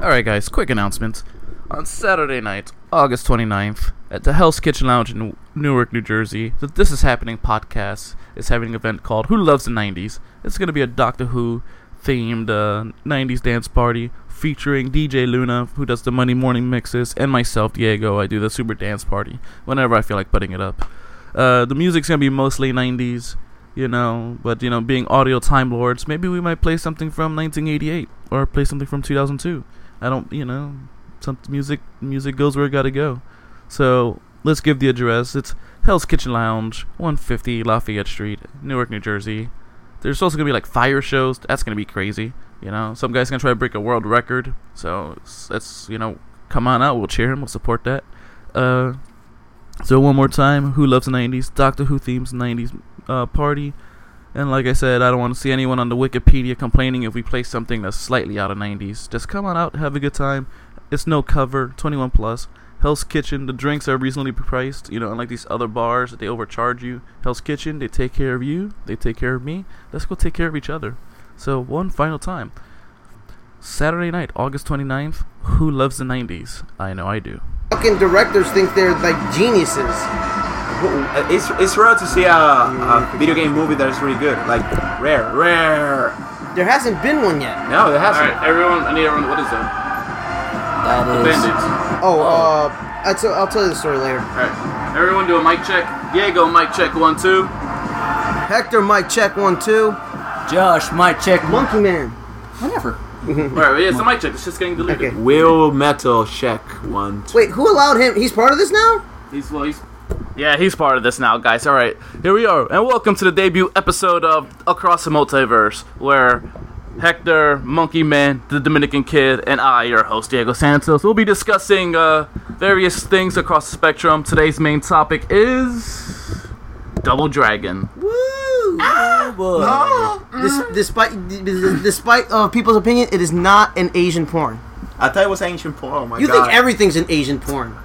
Alright, guys, quick announcement. On Saturday night, August 29th, at the Hell's Kitchen Lounge in Newark, New Jersey, the This Is Happening podcast is having an event called Who Loves the 90s. It's going to be a Doctor Who themed uh, 90s dance party featuring DJ Luna, who does the Monday morning mixes, and myself, Diego. I do the super dance party whenever I feel like putting it up. Uh, the music's going to be mostly 90s, you know, but, you know, being audio time lords, maybe we might play something from 1988 or play something from 2002. I don't, you know, some music music goes where it gotta go. So let's give the address. It's Hell's Kitchen Lounge, 150 Lafayette Street, Newark, New Jersey. There's also gonna be like fire shows. That's gonna be crazy. You know, some guy's gonna try to break a world record. So it's- that's you know, come on out. We'll cheer him. We'll support that. Uh, so one more time, who loves the 90s? Doctor Who themes 90s uh, party. And like I said, I don't want to see anyone on the Wikipedia complaining if we play something that's slightly out of 90s. Just come on out, have a good time. It's no cover, 21 plus. Hell's Kitchen, the drinks are reasonably priced. You know, unlike these other bars that they overcharge you. Hell's Kitchen, they take care of you, they take care of me. Let's go take care of each other. So one final time. Saturday night, August 29th. Who loves the 90s? I know I do. fucking directors think they're like geniuses. Uh, It's it's rare to see a, a video game movie that is really good. Like rare, rare. There hasn't been one yet. No, there hasn't. everyone, I need everyone. What is that? That is. Oh, uh, I t- I'll tell you the story later. Alright, everyone do a mic check. Diego, mic check one, two. Hector, Mike, check one, two. Josh might check one. Monkey Man. Whatever. Alright, yeah, it's a mic check. It's just getting deleted. Okay. Will Metal check one. Two. Wait, who allowed him? He's part of this now? He's well, he's yeah, he's part of this now, guys. All right, here we are, and welcome to the debut episode of Across the Multiverse, where Hector, Monkey Man, the Dominican Kid, and I, your host Diego Santos, will be discussing uh, various things across the spectrum. Today's main topic is Double Dragon. Woo! Ah! Whoa. Des- despite despite uh, people's opinion, it is not an Asian porn. I thought it was ancient porn. Oh my You god. think everything's an Asian porn?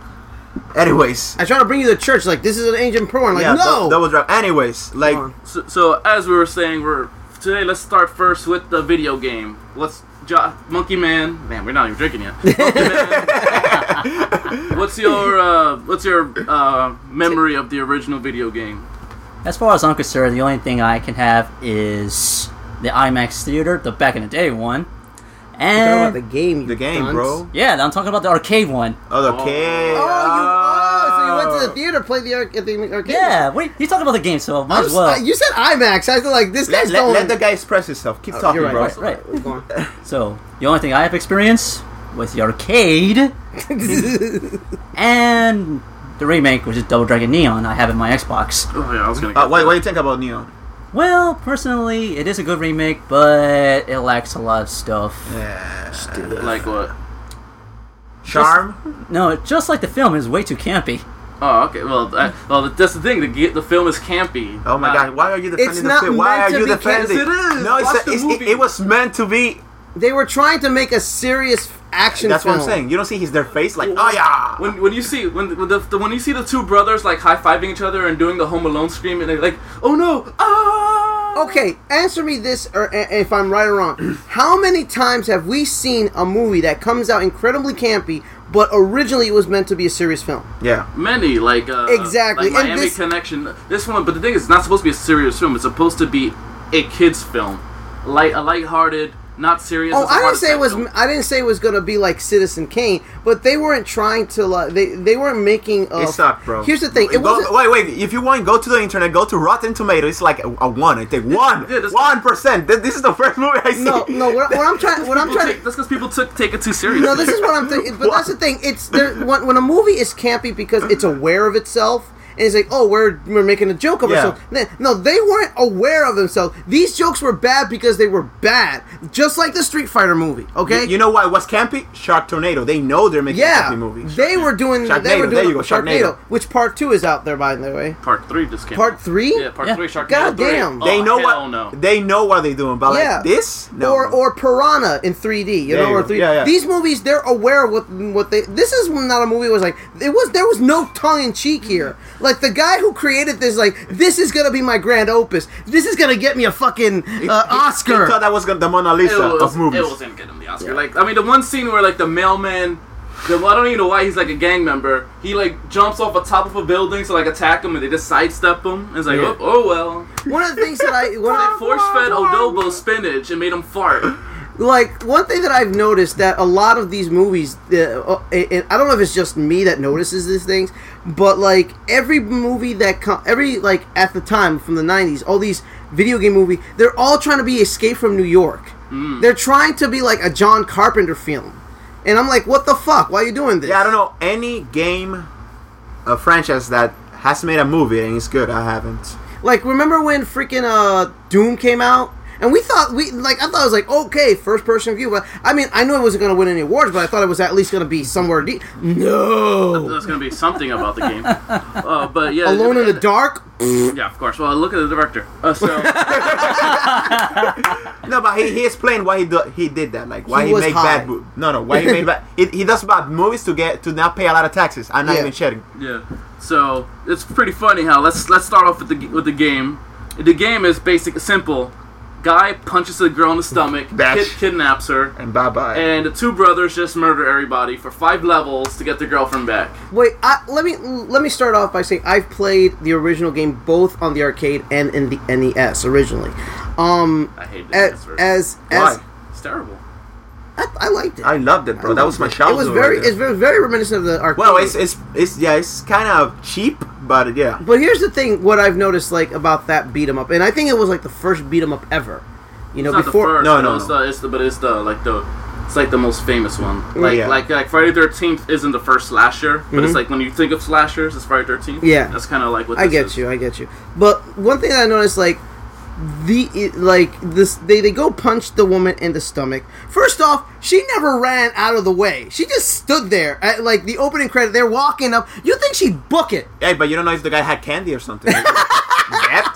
Anyways. I try to bring you to church like this is an Asian porn. Like yeah, no. dou- double drop. Anyways, like Come So, so as we were saying, we're today. Let's start first with the video game. Let's jo- Monkey Man. Man, we're not even drinking yet. Monkey Man. what's your uh, what's your uh, memory of the original video game? As far as I'm concerned, the only thing I can have is the IMAX theater, the back in the day one, Eh. Talking about the and game, you the game, dunce. bro. yeah, I'm talking about the arcade one. Oh, the Oh, kid. you, oh, so you went to the theater, played the arc at the arcade. Yeah, what you talking about the game? So might I'm as well. s- you said IMAX. I feel like this Let, guy's let, going. let the guy express himself. Keep Oh, talking, you're right, bro. right, Right, right. Go on. So the only thing I have experience with the arcade and the remake, which is Double Dragon Neon, I have in my Xbox. Oh yeah, I was gonna. Uh, what, what do you think about Neon? Well, personally, it is a good remake, but it lacks a lot of stuff. get like what? Charm? No, just like the film is way too campy. Oh okay. Well, I, well, that's the thing. The ge- the film is campy. Uh, Oh my god, why are you defending the not film? Why meant are to you be defending? canon. It is. No, it's, Watch a, the it's it, movie. it was meant to be. They were trying to make a serious action That's film. what I'm saying. You don't see his their face like, oh yeah. When, when you see when when the, the when you see the two brothers like high fiving each other and doing the Home Alone scream and they're like, oh no, ah. Okay, answer me this, or a- if I'm right or wrong. How many times have we seen a movie that comes out incredibly campy, but originally it was meant to be a serious film? Yeah. Many like uh, Exactly, like and Miami this- Connection. This one, but the thing is, it's not supposed to be a serious film. It's supposed to be a kids' film, light a light-hearted, not serious. Oh, it's a I heart didn't say it attack was. film. I didn't say it was gonna be like Citizen Kane, but they weren't trying to. Like, they they weren't making. A, It sucked, bro. Oh. Here's the thing. It Go- wasn't. wait, wait. If you want, go to the internet. Go to Rotten Tomato. It's like a, a one. I think one, yeah, that's- one percent. Th- This is the first movie I see. No, no. What, I- what I'm trying. What I'm People trying. take- to- that's because people took take it too seriously. No, this is what I'm thinking. But that's the thing. It's there, when, when a movie is campy because it's aware of itself. And it's like, oh, we're, we're making a joke of Yeah. ourselves. Then- No, they weren't aware of themselves. These jokes were bad because they were bad, just like the Street Fighter movie. You, Okay, you know why? What's campy? Shark Tornado. They know they're making a yeah, campy movie. they were doing. they Sharknado, were doing there you go, Sharknado. which part two is out there, by the way. part three just came. Part out. three? Yeah, part Yeah. three. Sharknado God three. damn. Oh, They know hell what. No. They know what they're doing. But Yeah. like this, no. Or or Piranha in 3D, you There know, you or go. 3D. Yeah, yeah. These movies, Mm-hmm. they're aware of what what they. This is not a movie. That was like it was. There was no tongue in cheek here. Like the guy who created this, like this is gonna be my grand opus. This is gonna get me a fucking uh, Oscar. He thought that was gonna, the Mona Lisa it was, of movies. It wasn't getting the Oscar. Like, I mean, the one scene where like the mailman, the, well, I don't even know why he's like a gang member. He like jumps off the top of a building to like attack him, and they just sidestep him. And it's like, oh, oh well. one of the things that I one They of the, force fed Odobo spinach and made him fart. like one thing that I've noticed that a lot of these movies, uh, uh, and I don't know if it's just me that notices these things, but like every movie that com- every like at the time from the '90s, all these video game movie, they're all trying to be Escape from New York. Hmm. They're trying to be like a John Carpenter film, and I'm like, what the fuck? Why are you doing this? Yeah, I don't know any game, uh, franchise that has made a movie and it's good. I haven't. Like, remember when freaking uh, Doom came out? And we thought we like I thought it was like okay first person view, but I mean I knew it wasn't going to win any awards, but I thought it was at least going to be somewhere deep. No, There's gonna be something about the game. Uh, but yeah, Alone in the Dark. Yeah, of course. Well, look at the director. Uh, so No, but he, he explained why he do, he did that. Like why He he, was made high. bad. mo- No, no, why he made bad. It, he does bad movies to get to not pay a lot of taxes. I'm not Yeah. even sharing. yeah, so it's pretty funny how let's let's start off with the with the game. The game is basic, simple. Guy punches a girl in the stomach, That's- kid, kidnaps her, And bye bye. and the two brothers just murder everybody for five levels to get their girlfriend back. Wait, I, let me let me start off by saying I've played the original game both on the arcade and in the NES originally. Um, I hate this answer. as as, E Why? as it's terrible. I, I liked it. I loved it, bro. That was my it childhood. was very right there. it's very, very reminiscent of the arcade. well, it's it's it's yeah, it's kind of cheap, but yeah. But here's the thing: what I've noticed, like about that beat 'em up, and I think it was like the first beat 'em up ever. You know, It's not before the first. No, No, no, no, it's no. the, it's the but it's the like the it's like the most famous one. Like Yeah. Mm-hmm. like like Friday Thirteenth isn't the first slasher, but it's like when you think of slashers, it's Friday Thirteenth. Yeah. that's kind of like what I this get is. you, I get you. But one thing I noticed, like the it- like this, they they go punch the woman in the stomach. First off, she never ran out of the way. She just stood there at like the opening credit. They're walking up. You think she'd book it? Hey, but you don't know if the guy had candy or something. yep.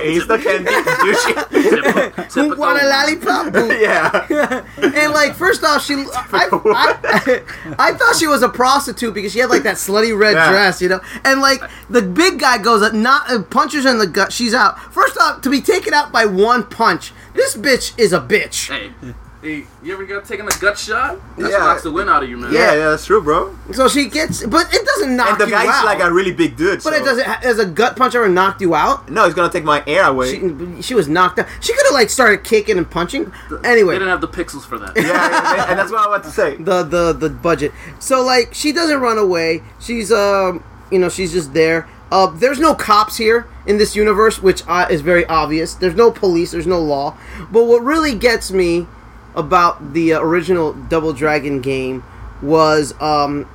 He's the candy. You should- Typical- Who typical- want a lollipop? yeah. and like, first off, she I, I, I thought she was a prostitute because she had like that slutty red Yeah. dress, you know. And like the big guy goes up, not uh, punches her in the gut. She's out. First off, to be taken out by one punch. This bitch is a bitch. Hey, hey, you ever got taken a gut shot? That's Yeah. what knocks the wind out of you, man. yeah, yeah, that's true, bro. So she gets, but it doesn't knock And the you guy's out. like a really big dude. but so- it doesn't. Has a gut punch ever knocked you out? No, it's gonna take my air away. She, she was knocked out. She could have like started kicking and punching. Anyway, They didn't have the pixels for that. yeah, yeah, and that's what I want to say. the the the budget. So like she doesn't run away. She's um you know she's just there. Uh, there's no cops here in this universe, which uh, is very obvious. There's no police. There's no law. But what really gets me about the uh, original Double Dragon game was um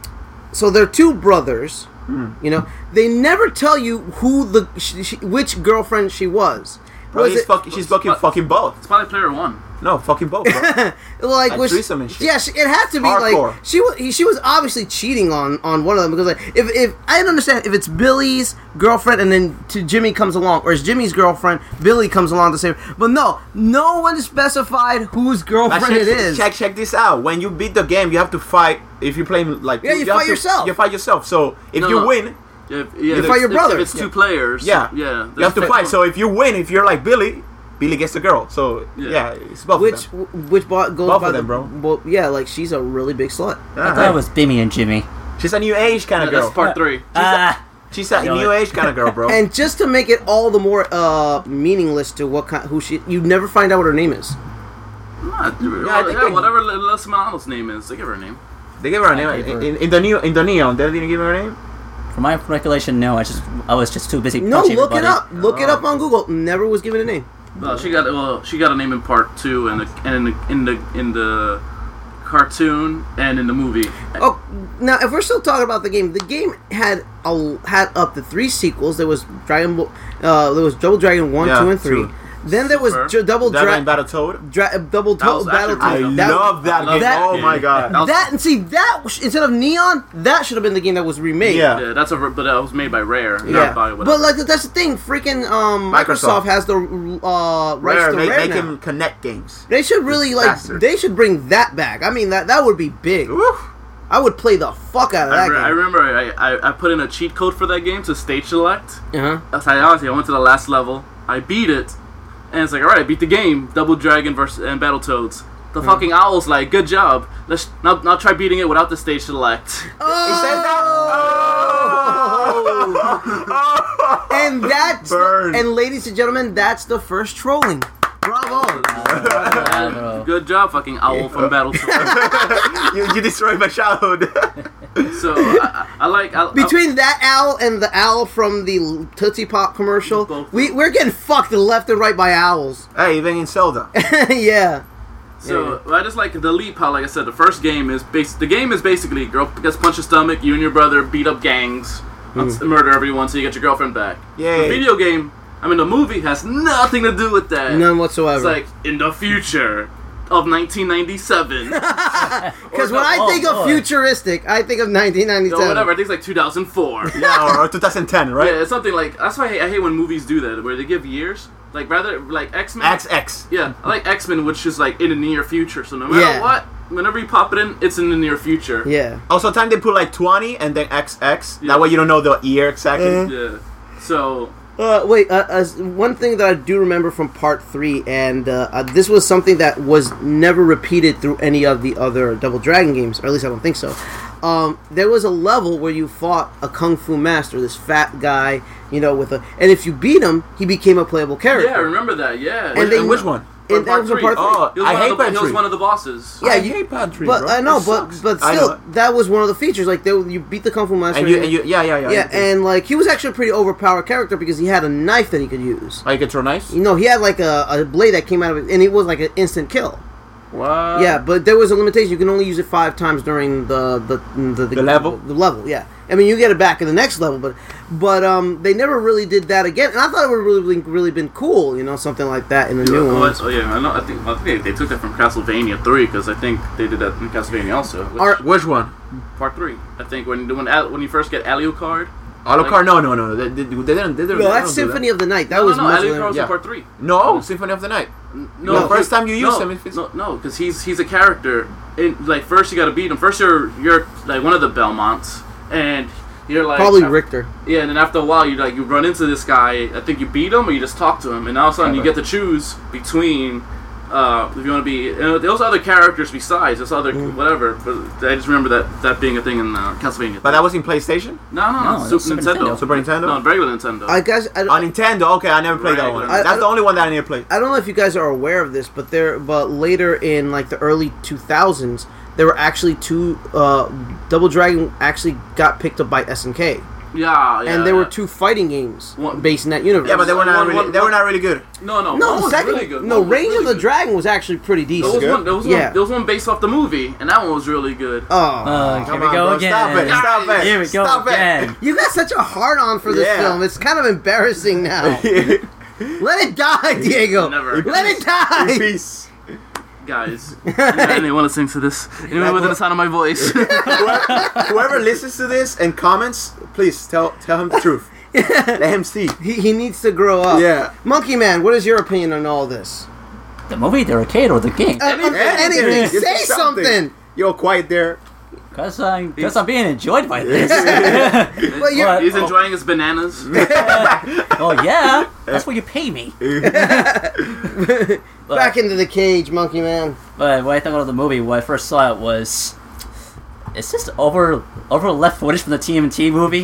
so they're two brothers. Hmm. You know they never tell you who the sh sh which girlfriend she was. Bro, was he's fucking, she's fucking, but- fucking both. It's probably player one. No, fucking both. Bro. like Like was threesome and shit. yeah she, it had to be Hardcore. like she was she was obviously cheating on on one of them because like if if I don't understand if it's Billy's girlfriend and then to Jimmy comes along or it's Jimmy's girlfriend Billy comes along to save her. but no no one specified whose Now girlfriend check, it is check check this out. When you beat the game, you have to fight. If you play like Yeah, you have fight to- yourself. You fight yourself. So if No, you no. win, If, yeah, if- fight your if- brother. If it's two players. yeah, yeah. you have to fight. So if you win, if you're like Billy, Billy gets the girl. So yeah, Yeah. it's both. which of them. which bo- goes Both by of the, them, bro. well yeah like she's a really big slut I thought it was Bimmy and Jimmy. Uh-huh. she's a new age kind of girl. that's part three. Uh, Ah, she's a Yo, new age kind of girl, bro. and just to make it all the more uh meaningless to what kind who she you never find out what her name is Nah, dude, Yeah, I think yeah, they- whatever Les Milano's name is, they give her a name. they gave her a I name gave her- in, in the new in the neon. They didn't give her a name. from my recollection, no. I just I was just too busy. no punching look it everybody. up look Oh. it up on Google never was given a name Well, she got well, she got a name in part two, and the, and in the, in the in the cartoon and in the movie. Oh, now if we're still talking about the game, the game had a, had up to three sequels. There was Dragon, Ball- uh, there was Double Dragon one, Yeah, two, and three. true. Then there was Super. Ju- Double That Dragon, and Battletoad. dra- Double That was to- Battle. actually I really Toad. good. love that I love game. that oh game. my god. That was- That and see that was- instead of Neon, that should have been the game that was remade. Yeah. Yeah, that's a re- but that was made by Rare. not Yeah, by whatever. but like that's the thing. Freaking um, Microsoft, Microsoft. has the uh, rights Rare, to make, Rare make now. him connect games. they should really like Bastard. they should bring that back. I mean that that would be big. Woo. I would play the fuck out of I, that re- I game. remember I, I, I put in a cheat code for that game to stage select. uh-huh. That's how honestly I went to the last level. I beat it, and it's like, all right, I beat the game. Double Dragon versus and Battletoads. The Uh-huh. fucking owl's like, good job. Let's now, now try beating it without the stage select. Oh. Oh! And that's Burn. and ladies and gentlemen, that's the first trolling. Bravo. know. good job, fucking owl from Battletoads. you, you destroyed my childhood. so I, I I like I, I- Between that owl and the owl from the Tootsie Pop commercial, Both. we, we're getting fucked left and right by owls. hey, even in Zelda. yeah. So I just like the leap. How, like I said, the first game is bas- the game is basically girl gets punched in the stomach. You and your brother beat up gangs, and murder everyone, so you get your girlfriend back. The Yay. video game, I mean, the movie has nothing to do with that. None It's whatsoever. like in the future of 1997 or Because when I Oh, think of boy. futuristic, I think of 1997. whatever. I think it's like 2004. Yeah, or, or 2010, right? Yeah, it's something like that's why I hate, I hate when movies do that, where they give years. Like rather like X Men. XX. Yeah, I like X Men, which is like in the near future. So no matter Yeah. what, whenever you pop it in, it's in the near future. Yeah. Also, time they put like 20 and then XX. Yeah. That way you don't know the year exactly. Yeah. So Uh, wait, uh, uh, one thing that I do remember from part three, and uh, uh, this was something that was never repeated through any of the other Double Dragon games, or at least I don't think so. Um, there was a level where you fought a kung fu master, this fat guy, you know, with a, and if you beat him, he became a playable character. yeah, I remember that. Yeah. And they- And which one? And that part was a three. part three. Oh, He was I one hate of the, He was Patrick. one of the bosses. Yeah, I you- hate Patrick, but bro. I know, It but sucks. but I know still, it. that was one of the features. Like, they, you beat the kung fu master, And you, and you, yeah, yeah, yeah. yeah, and like he was actually a pretty overpowered character because he had a knife that he could use. like it's real nice. You know, he had like a, a blade that came out of it, and it was like an instant kill. Uh-huh. What? Yeah, but there was a limitation. You can only use it five times during the the the, The level? The level, yeah. I mean, you get it back in the next level, but but um, they never really did that again. And I thought it would really been, really been cool, you know, something like that in the new Oh, it's- ones. oh, yeah, I know. I think, I think they, they took that from Castlevania Three because I think they did that in Castlevania also. Which, Are- Which one? part Three, I think when when Al- when you first get Alucard. Alucard? no, no, no. They, they, they didn't. They didn't. No, they that's don't do Symphony of the Night. That no, was no, no, much Alucard was later. in Yeah. Part Three. that. No, Symphony of the Night. No, The first time you use no, him, if it's- no, no, because he's he's a character. In like first you got to beat him. First you're you're like one of the Belmonts, and you're like Probably af- Richter. Yeah, and then after a while you like you run into this guy. I think you beat him or you just talk to him, and all of a sudden you get to choose between uh, if you want to be. You know, there's other characters besides there's other whatever. But I just remember that that being a thing in uh, Castlevania. But that was in PlayStation. no, no, no, No, Super, that's Super Nintendo. Nintendo. Super Nintendo? No, regular Nintendo. I guess I, On Nintendo, okay, I never played that Right. one. I- That's I- the only one that I never played. I don't know if you guys are aware of this, but there, but later in like the early 2000s, there were actually two uh, Double Dragon actually got picked up by SNK, yeah, yeah. and there were yeah. two fighting games One- based in that universe. Yeah, but they were One- not really. one- They were not really good. No, no, no, one the was second, really good. no, One was Range really of the good. Dragon was actually pretty There decent. was one. There was Yeah. one. There was one based off the movie, and that one was really good. Oh, Uh, here Come we on, go bro, again. Stop it! Stop it! Here we go Stop again. you got such a hard on for this Yeah. film. It's kind of embarrassing now. it! Let it die, Diego. Never. Let it die. Peace. guys. anyone listening to this, anyone within the sound of my voice, Whoever listens to this and comments, please tell tell him the truth. Let him see. He, he needs to grow up. Yeah. Monkey Man, what is your opinion on all this? The movie, the arcade, or the game? Uh, I mean, anything. Anything. Say Just something. Yo, quiet there. Because I'm, 'cause I'm being enjoyed by this. But you're, But- he's enjoying his bananas. oh, yeah. That's what you pay me. Uh, But- uh, Back into the cage, monkey man. But when I thought of the movie, when I first saw it was, it's just over over left footage from the TMT movie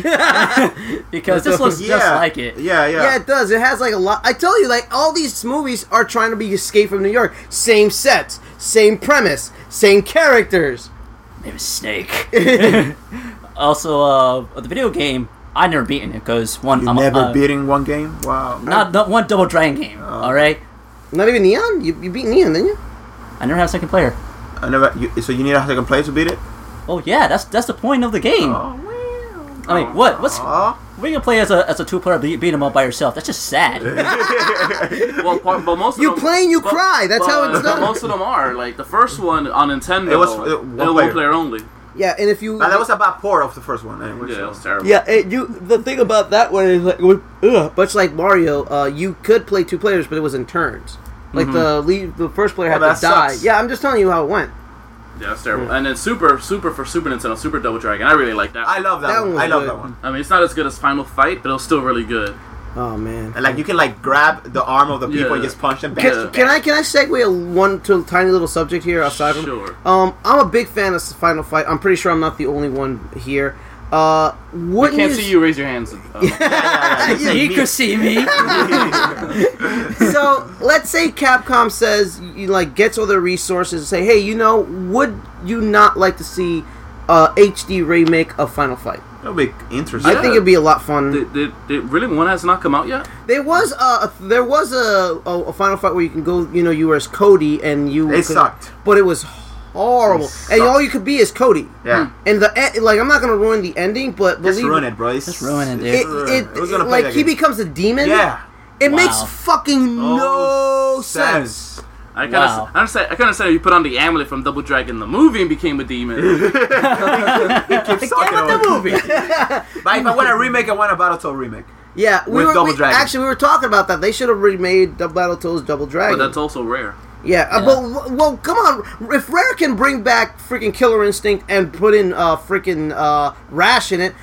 because this looks just like it. Yeah, Yeah. yeah. it does. It has like a lot. I tell you, like all these movies are trying to be Escape from New York. Same sets, same premise, same characters. It was Snake. also, uh, the video game I never beaten it because one You I'm never uh, beating one game? Wow. not not one Double Dragon game. Oh. all right, Not even Neon. You, you beat Neon, didn't you? I never have a second player. I never. You, so you need a second player to beat it? Oh yeah, that's that's the point of the game. Oh. I mean, what what's wow. we gonna play as a as a two player beat, beat 'em up by yourself? That's just sad. well, part, but most of You them, play and you cry. That's how it's but done. Most of them are like the first one on Nintendo. It was, uh, they were one one, player. player. only. Yeah, and if you. Now, that was a bad pour of the first one. Anyway, Yeah, so- that was terrible. yeah, it, you. The thing about that one is like, with- ugh, much like Mario, uh, you could play two players, but it was in turns. Like the lead, the first player Oh, had Mm-hmm. that to die. sucks. Yeah, I'm just telling you how it went. Yeah, that's terrible. And then Super, Super for Super Nintendo, Super Double Dragon. I really like that. I I, love that, That one one. was I love good. that one. I mean, it's not as good as Final Fight, but it was still really good. Oh man. And like you can like grab the arm of the people and Yeah. just punch them. Back. Yeah. Can, can I can I segue a one to a tiny little subject here aside from Sure. um I'm a big fan of Final Fight. I'm pretty sure I'm not the only one here. I Uh, wouldn't can't see you raise your hands. Uh, Yeah, yeah, he yeah. could see me. so let's say Capcom says you like gets all their resources and say, hey, you know, would you not like to see a HD remake of Final Fight? That'll be interesting. I think it'd be a lot fun. did, did, did, really, one has not come out yet? there was a there was a, a, a Final Fight where you can go, you know, you were as Cody and you It could- sucked. but it was horrible, It and sucked. all you could be is Cody. Yeah. And the e- like, I'm not gonna ruin the ending, but Just believe ruin it, bro. It's, Just ruin it, dude. It, Ugh. it, Who's gonna play like that he game? becomes a demon. Yeah. it makes Wow. fucking Oh, no sense. I kind of, Wow. I understand. I kind of said you put on the amulet from Double Dragon the movie and became a demon. Keep talking about the movie. but if I want a remake, I want a Battletoad remake. Yeah, we With were Double we- Dragon. actually we were talking about that. They should have remade the Battletoads Double but Dragon. that's also rare. yeah, uh, but w- well, come on. If Rare can bring back freaking Killer Instinct and put in uh freaking uh Rash in it,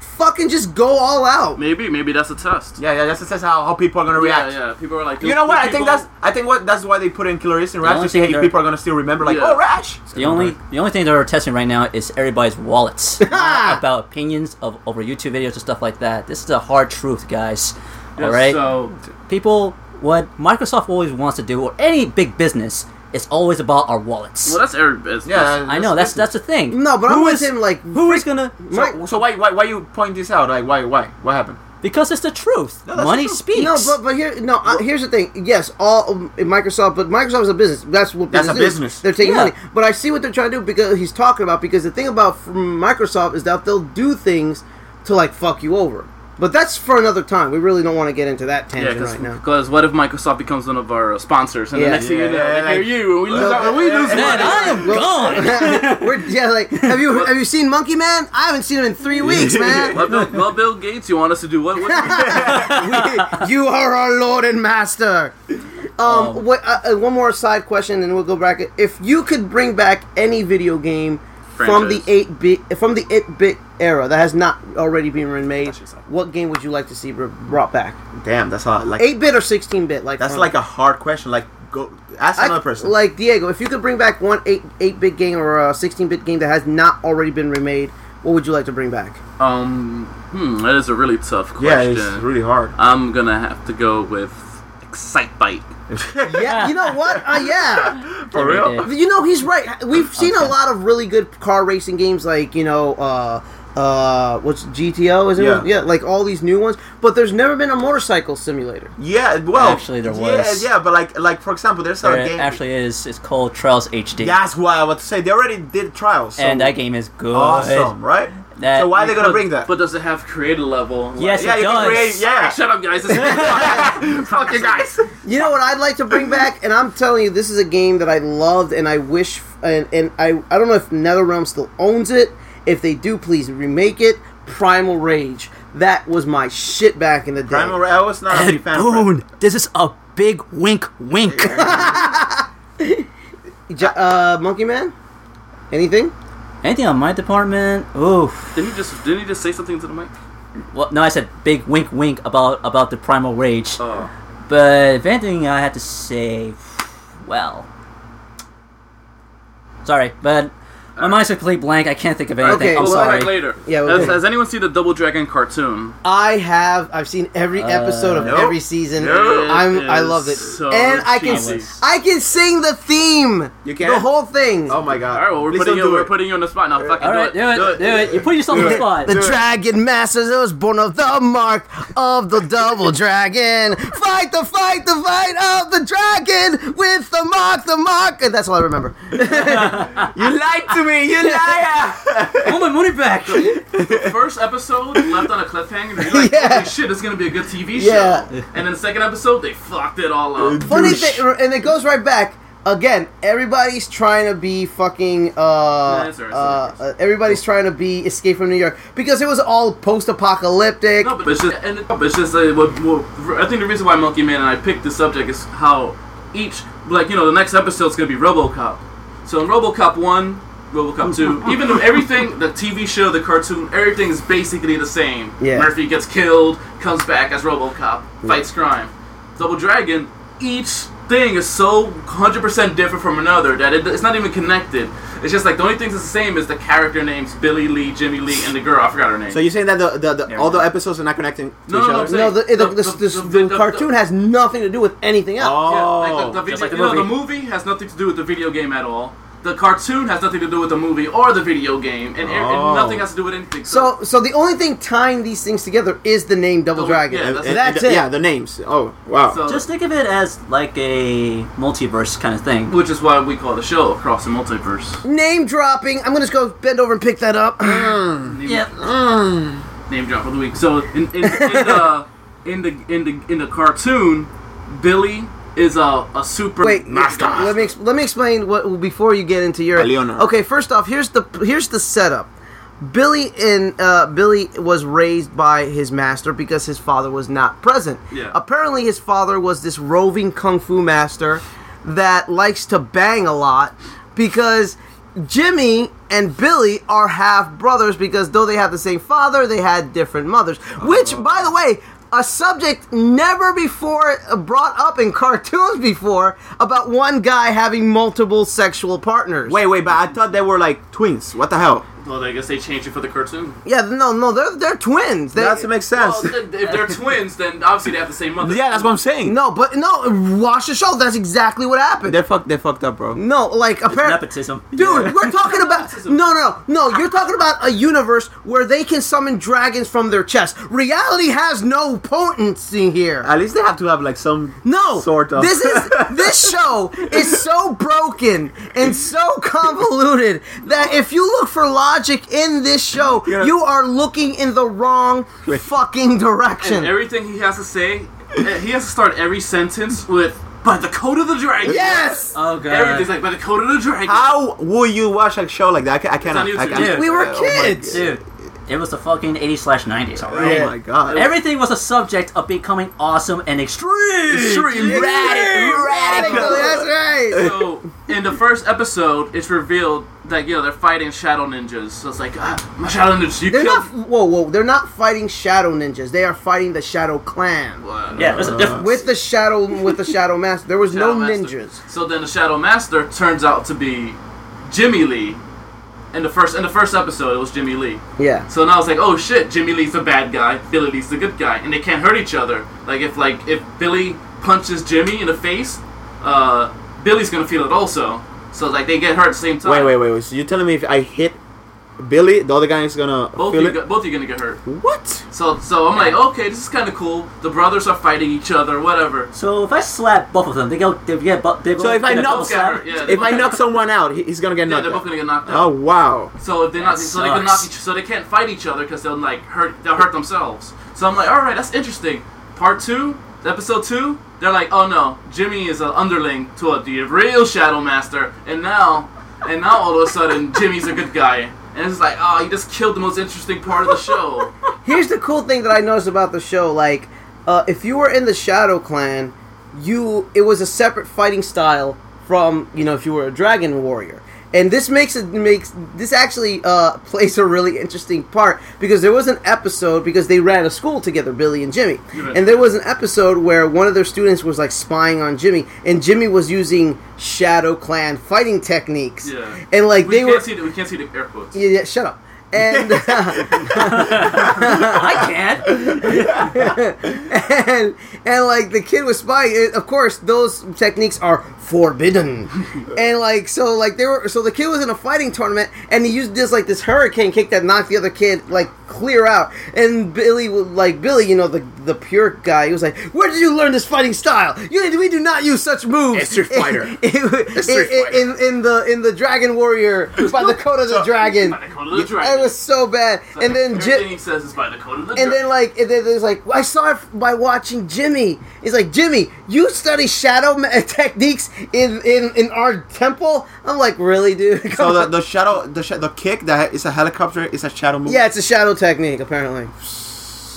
fucking just go all out. Maybe, maybe that's a test. Yeah, yeah. That's that's how, how people are gonna react. Yeah, yeah. People are like, You know what? I think people- that's I think what that's why they put in Killer Instinct Rash only to see thing if they're- people are gonna still remember. Like, Yeah. oh, Rash. The only the only thing that we're testing right now is everybody's wallets Ah! Not about opinions of over YouTube videos and stuff like that. This is a hard truth, guys. Yeah, All right, uh, So people, what Microsoft always wants to do, or any big business, is always about our wallets. well, that's every business. Yeah, I know that's that's the thing. No, but Who I'm with is- him. Like Who is gonna? Mike- So, so why why why you point this out? Like why why what happened? Because it's the truth. that's Money the truth. speaks. No, but but here no. Uh, here's the thing. Yes, all um, Microsoft, but Microsoft is a business. That's what That's a is. business. They're taking Yeah. money, but I see what they're trying to do because he's talking about. Because the thing about from Microsoft is that they'll do things to like fuck you over. But that's for another time. We really don't want to get into that Yeah, tangent because right now. what if Microsoft becomes one of our uh, sponsors, and Yeah. the next thing Yeah, you know, yeah, they hear like- you, and we lose, our, we lose Man, money. I am gone. We're, yeah, like have you have you seen Monkey Man? I haven't seen him in three weeks, man. well, Bill, well, Bill Gates, you want us to do what? what you are our lord and master. Um, Um, what, uh, uh, one more side question, and we'll go back. If you could bring back any video game from the Franchise. eight bit from the eight bit era that has not already been remade, should say. what game would you like to see re- brought back? Damn, that's how like Eight bit or sixteen bit? Like that's um, like a hard question. Like go ask I- another person. Like Diego, if you could bring back one eight eight bit game or a sixteen bit game that has not already been remade, what would you like to bring back? we- um, hmm, that is a really tough yeah, question. it's really hard. I'm gonna have to go with Excitebike. Yeah, you know what? Uh, yeah. For Every real? day. You know, he's right. Uh, We've seen a Okay. lot of really good car racing games, like you know, uh, uh, what's GTO? Is it? Yeah. Yeah. like all these new ones. But there's never been a motorcycle simulator. Yeah, well, Actually, there was. Yeah, yeah, but like, like for example, there's There a it game. actually is. It's called Trials HD. that's why I was to say they already did trials. So and that game is good. awesome, right? That- so why are they gonna But- bring that? But does it have creative level? Yes, yeah, it you does. can create. Yeah, Like, shut up, guys. This is fuck you guys. You know what I'd like to bring back, and I'm telling you, this is a game that I loved, and I wish, and, and I I don't know if NetherRealm still owns it. If they do, please remake it. Primal Rage. That was my shit back in the day. Primal Ra- I was not a big And fan. of Primal. boom! This is a big wink, wink. Ja- uh, Monkey Man. Anything? Anything on my department? Oof. Didn't he just didn't he just say something to the mic? Well, no, I said big wink, wink about about the primal rage. Oh, But if anything, I had to say, well, sorry, but my mind's a complete blank. I can't think of anything. Okay, well, I'm we'll come sorry. back later. Yeah, we'll has, come- has anyone seen the Double Dragon cartoon? I have. I've seen every episode of Nope. every season. Uh, Nope. I'm. It I is love it, so and I can. cheesy. s- I can sing the theme. You can? the whole thing. Oh my god! All right, well, we're Please putting don't you do we're it. putting you on the spot now. Fucking All right, do it, do it, You put yourself on the spot. the Dragon Masters. It was born of the mark of the double dragon. Fight the fight, the fight of the dragon with the mark, the mark. And that's all I remember. You lied to me, you liar! I want my money back. First episode left on a cliffhanger. You're like, Yeah. holy shit, this is gonna be a good TV Yeah. show. And then the second episode, they fucked it all up. Funny thing, and it goes right back. Again, everybody's trying to be fucking. Uh, that's all right, uh, that's all uh, everybody's trying to be Escape from New York because it was all post-apocalyptic. No, but it's just, and it, but it's just uh, what, what, I think the reason why Monkey Man and I picked the subject is how each, like, you know, the next episode's gonna be RoboCop. So in RoboCop one, RoboCop two, even though everything, the TV show, the cartoon, everything is basically the same. Yeah. Murphy gets killed, comes back as RoboCop, fights crime. Double Dragon, each thing is so 100% different from another that it, it's not even connected. It's just like the only thing that's the same is the character names Billy Lee, Jimmy Lee, and the girl. I forgot her name. So you're saying that the, the, the Yeah. all the episodes are not connecting to No, each no, no, I'm other? saying- No, the, the, The- the, the- this- the- the the- cartoon has nothing to do with anything else. Yeah, oh, like the, the video, just like the you know, the movie has nothing to do with the video game at all. The cartoon has nothing to do with the movie or the video game, and, and Oh. nothing has to do with anything. So, so the only thing tying these things together is the name Double Double- Dragon. yeah, And- that's- and- That's and- it. Yeah, the names. Oh, wow. so- Just think of it as like a multiverse kind of thing. which is why we call the show Across the Multiverse. Name dropping. I'm gonna just go bend over and pick that up. Name, Yeah. name drop of the week. So in in, in, the, in the in the in the cartoon, Billy is a, a super Wait, master. let me ex- let me explain what before you get into your. Leonard. Okay, first off, here's the here's the setup. Billy and uh, Billy was raised by his master because his father was not present. Yeah. Apparently, his father was this roving kung fu master that likes to bang a lot because Jimmy and Billy are half brothers because though they have the same father, they had different mothers. Which, by the way, a subject never before brought up in cartoons before about one guy having multiple sexual partners. wait, wait, but I thought they were like twins. What the hell? Well, I guess they changed it for the cartoon. Yeah, no, no, they're they're twins. They, That makes sense. Well, th- if they're twins, then obviously they have the same mother. yeah, that's what I'm saying. no, but no, watch the show. That's exactly what happened. they fucked. They fucked up, bro. no, like apparently. Nepotism. Dude, we're talking about no, no, no, no. You're talking about a universe where they can summon dragons from their chest. Reality has no potency here. At least they have to have like some No, sort of. This is this show is so broken and so convoluted that if you look for logic in this show, Yeah. you are looking in the wrong fucking And direction. everything he has to say, eh, he has to start every sentence with "By the code of the dragon." yes, Oh god. Everything's like by the code of the dragon. How will you watch a show like that? I, ca- I cannot. on I YouTube. cannot- we were oh my kids. Dude, it was the fucking 80s slash 90s, God. alright? Oh my god. Everything was a subject of becoming awesome and extreme. Extreme. Radical. Radical, That's right. So in the first episode, it's revealed that you know they're fighting shadow ninjas. So it's like ah, my shadow ninjas. You They're killed. not. Whoa, whoa. They're not fighting shadow ninjas. They are fighting the shadow clan What? Yeah, there's a difference. with the shadow with the shadow master. There was Shadow no Master. ninjas. So then the shadow master turns out to be Jimmy Lee. In the first in the first episode, it was Jimmy Lee. Yeah. So now it's like, oh shit, Jimmy Lee's the bad guy, Billy Lee's the good guy, and they can't hurt each other. Like if like if Billy punches Jimmy in the face, uh, Billy's gonna feel it also. So like they get hurt at the same time. Wait, wait, wait, wait. So you're telling me if I hit Billy, the other guy is gonna Both feel you it? go- both you gonna get hurt. what? So so I'm like, okay, this is kind of cool. The brothers are fighting each other, whatever. So if I slap both of them, they go. They get. bu- They So if I they knock- double slap. Yeah, If I knock someone out, he- he's gonna get yeah, knocked they're both out. gonna get knocked Oh out. wow. So if they're not, That so they can knock sucks. each, so they can't fight each other because they'll like hurt, they'll hurt themselves. So I'm like, all right, that's interesting. Part two, episode two, they're like, oh no, Jimmy is an underling to a, the real Shadow Master, and now, and now all of a sudden, Jimmy's a good guy, and it's like, oh, you just killed the most interesting part of the show. Here's the cool thing that I noticed about the show. Like, uh, if you were in the Shadow Clan, you it was a separate fighting style from you know if you were a Dragon Warrior. And this makes it makes this actually uh, plays a really interesting part because there was an episode because they ran a school together, Billy and Jimmy, and there was an episode where one of their students was like spying on Jimmy, and Jimmy was using Shadow Clan fighting techniques, Yeah. and like We they can't were see the, we can't see the air quotes. yeah, yeah shut up and. I can't. and and like the kid was spying. and, of course, those techniques are forbidden. and like so, like they were so the kid was in a fighting tournament, and he used this like this hurricane kick that knocked the other kid like clear out. And Billy, was- like Billy, you know the the pure guy, he was like, "Where did you learn this fighting style? You we do not use such moves." A street fighter. In, in- street in- fighter. in- in the in the Dragon Warrior by the code of the dragon. By the code of the dragon. It was so bad. and then. Jim everything he says is by the code of the dragon. and then like and then there's like I saw it by watching Jimmy. He's like Jimmy, you study shadow ma- techniques in in in our temple. I'm like really, dude. Come So the, on. the shadow, the sh- the kick that is a helicopter is a shadow move. yeah, it's a shadow technique apparently.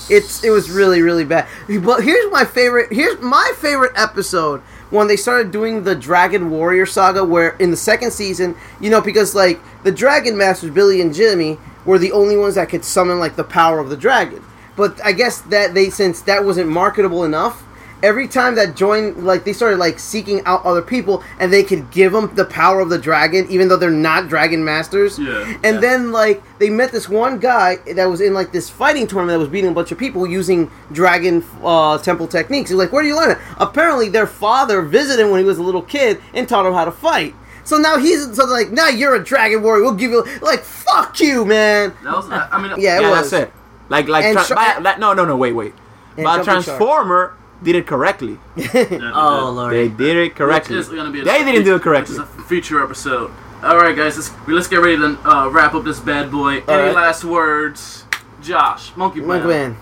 It's it was really really bad. But here's my favorite. Here's my favorite episode when they started doing the Dragon Warrior saga, where in the second season, you know, because like the Dragon Masters, Billy and Jimmy, were the only ones that could summon like the power of the dragon. But I guess that they, since that wasn't marketable enough, every time that joined, like they started like seeking out other people, and they could give them the power of the dragon, even though they're not dragon masters. Yeah. And then like they met this one guy that was in like this fighting tournament that was beating a bunch of people using dragon uh, temple techniques. He's like, where do you learn it? Apparently, their father visited him when he was a little kid and taught him how to fight. So now he's so they're like, now you're a dragon warrior. We'll give you like, fuck you, man. That was, I mean, Yeah, it yeah, was. that's it. Like, like, And tra- Sha- but- like- no, no, no, wait, wait. And But Jumping Shark. Transformer did it correctly. Oh lord. They did it correctly. Which is gonna be a- they didn't do it This correctly. is a future episode. All right, guys, let's let's get ready to uh, wrap up this bad boy. Any right. last words, Josh? Monkey Man. Like, man.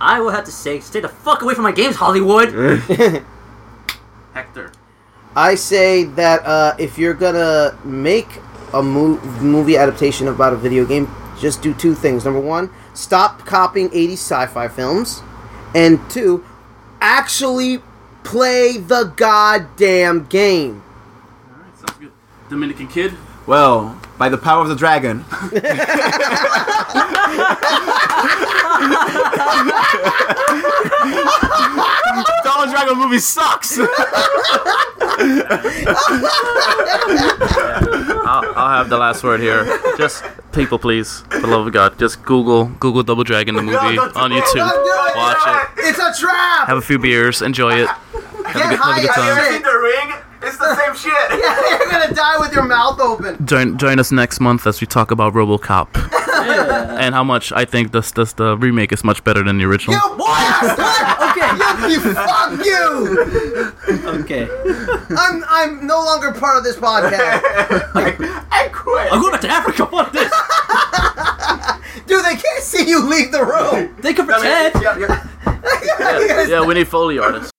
I will have to say, stay the fuck away from my games, Hollywood. Hector. I say that uh, if you're gonna make a mo- movie adaptation about a video game, just do two things. Number one, stop copying 80s sci fi films. And two, actually play the goddamn game. All right, sounds good. Dominican kid. Well, by the power of the dragon. Donald Dragon movie sucks. I'll, I'll have the last word here. Just people, please, for the love of God, just Google Google Double Dragon the movie don't do on it. YouTube. Don't do it. Watch it. It's a trap! Have a few beers. Enjoy it. Have a good, have a good time. time. the ring? It's the same shit. You're gonna die with your mouth open. Join, join us next month as we talk about RoboCop Yeah. and how much I think this this the remake is much better than the original. You bastard! Okay. you fuck you! Okay. I'm, I'm no longer part of this podcast. I quit. I'm going back to Africa. Fuck this. Dude, they can't see you leave the room. They can pretend. yeah, yeah. Yeah, we need Foley artists.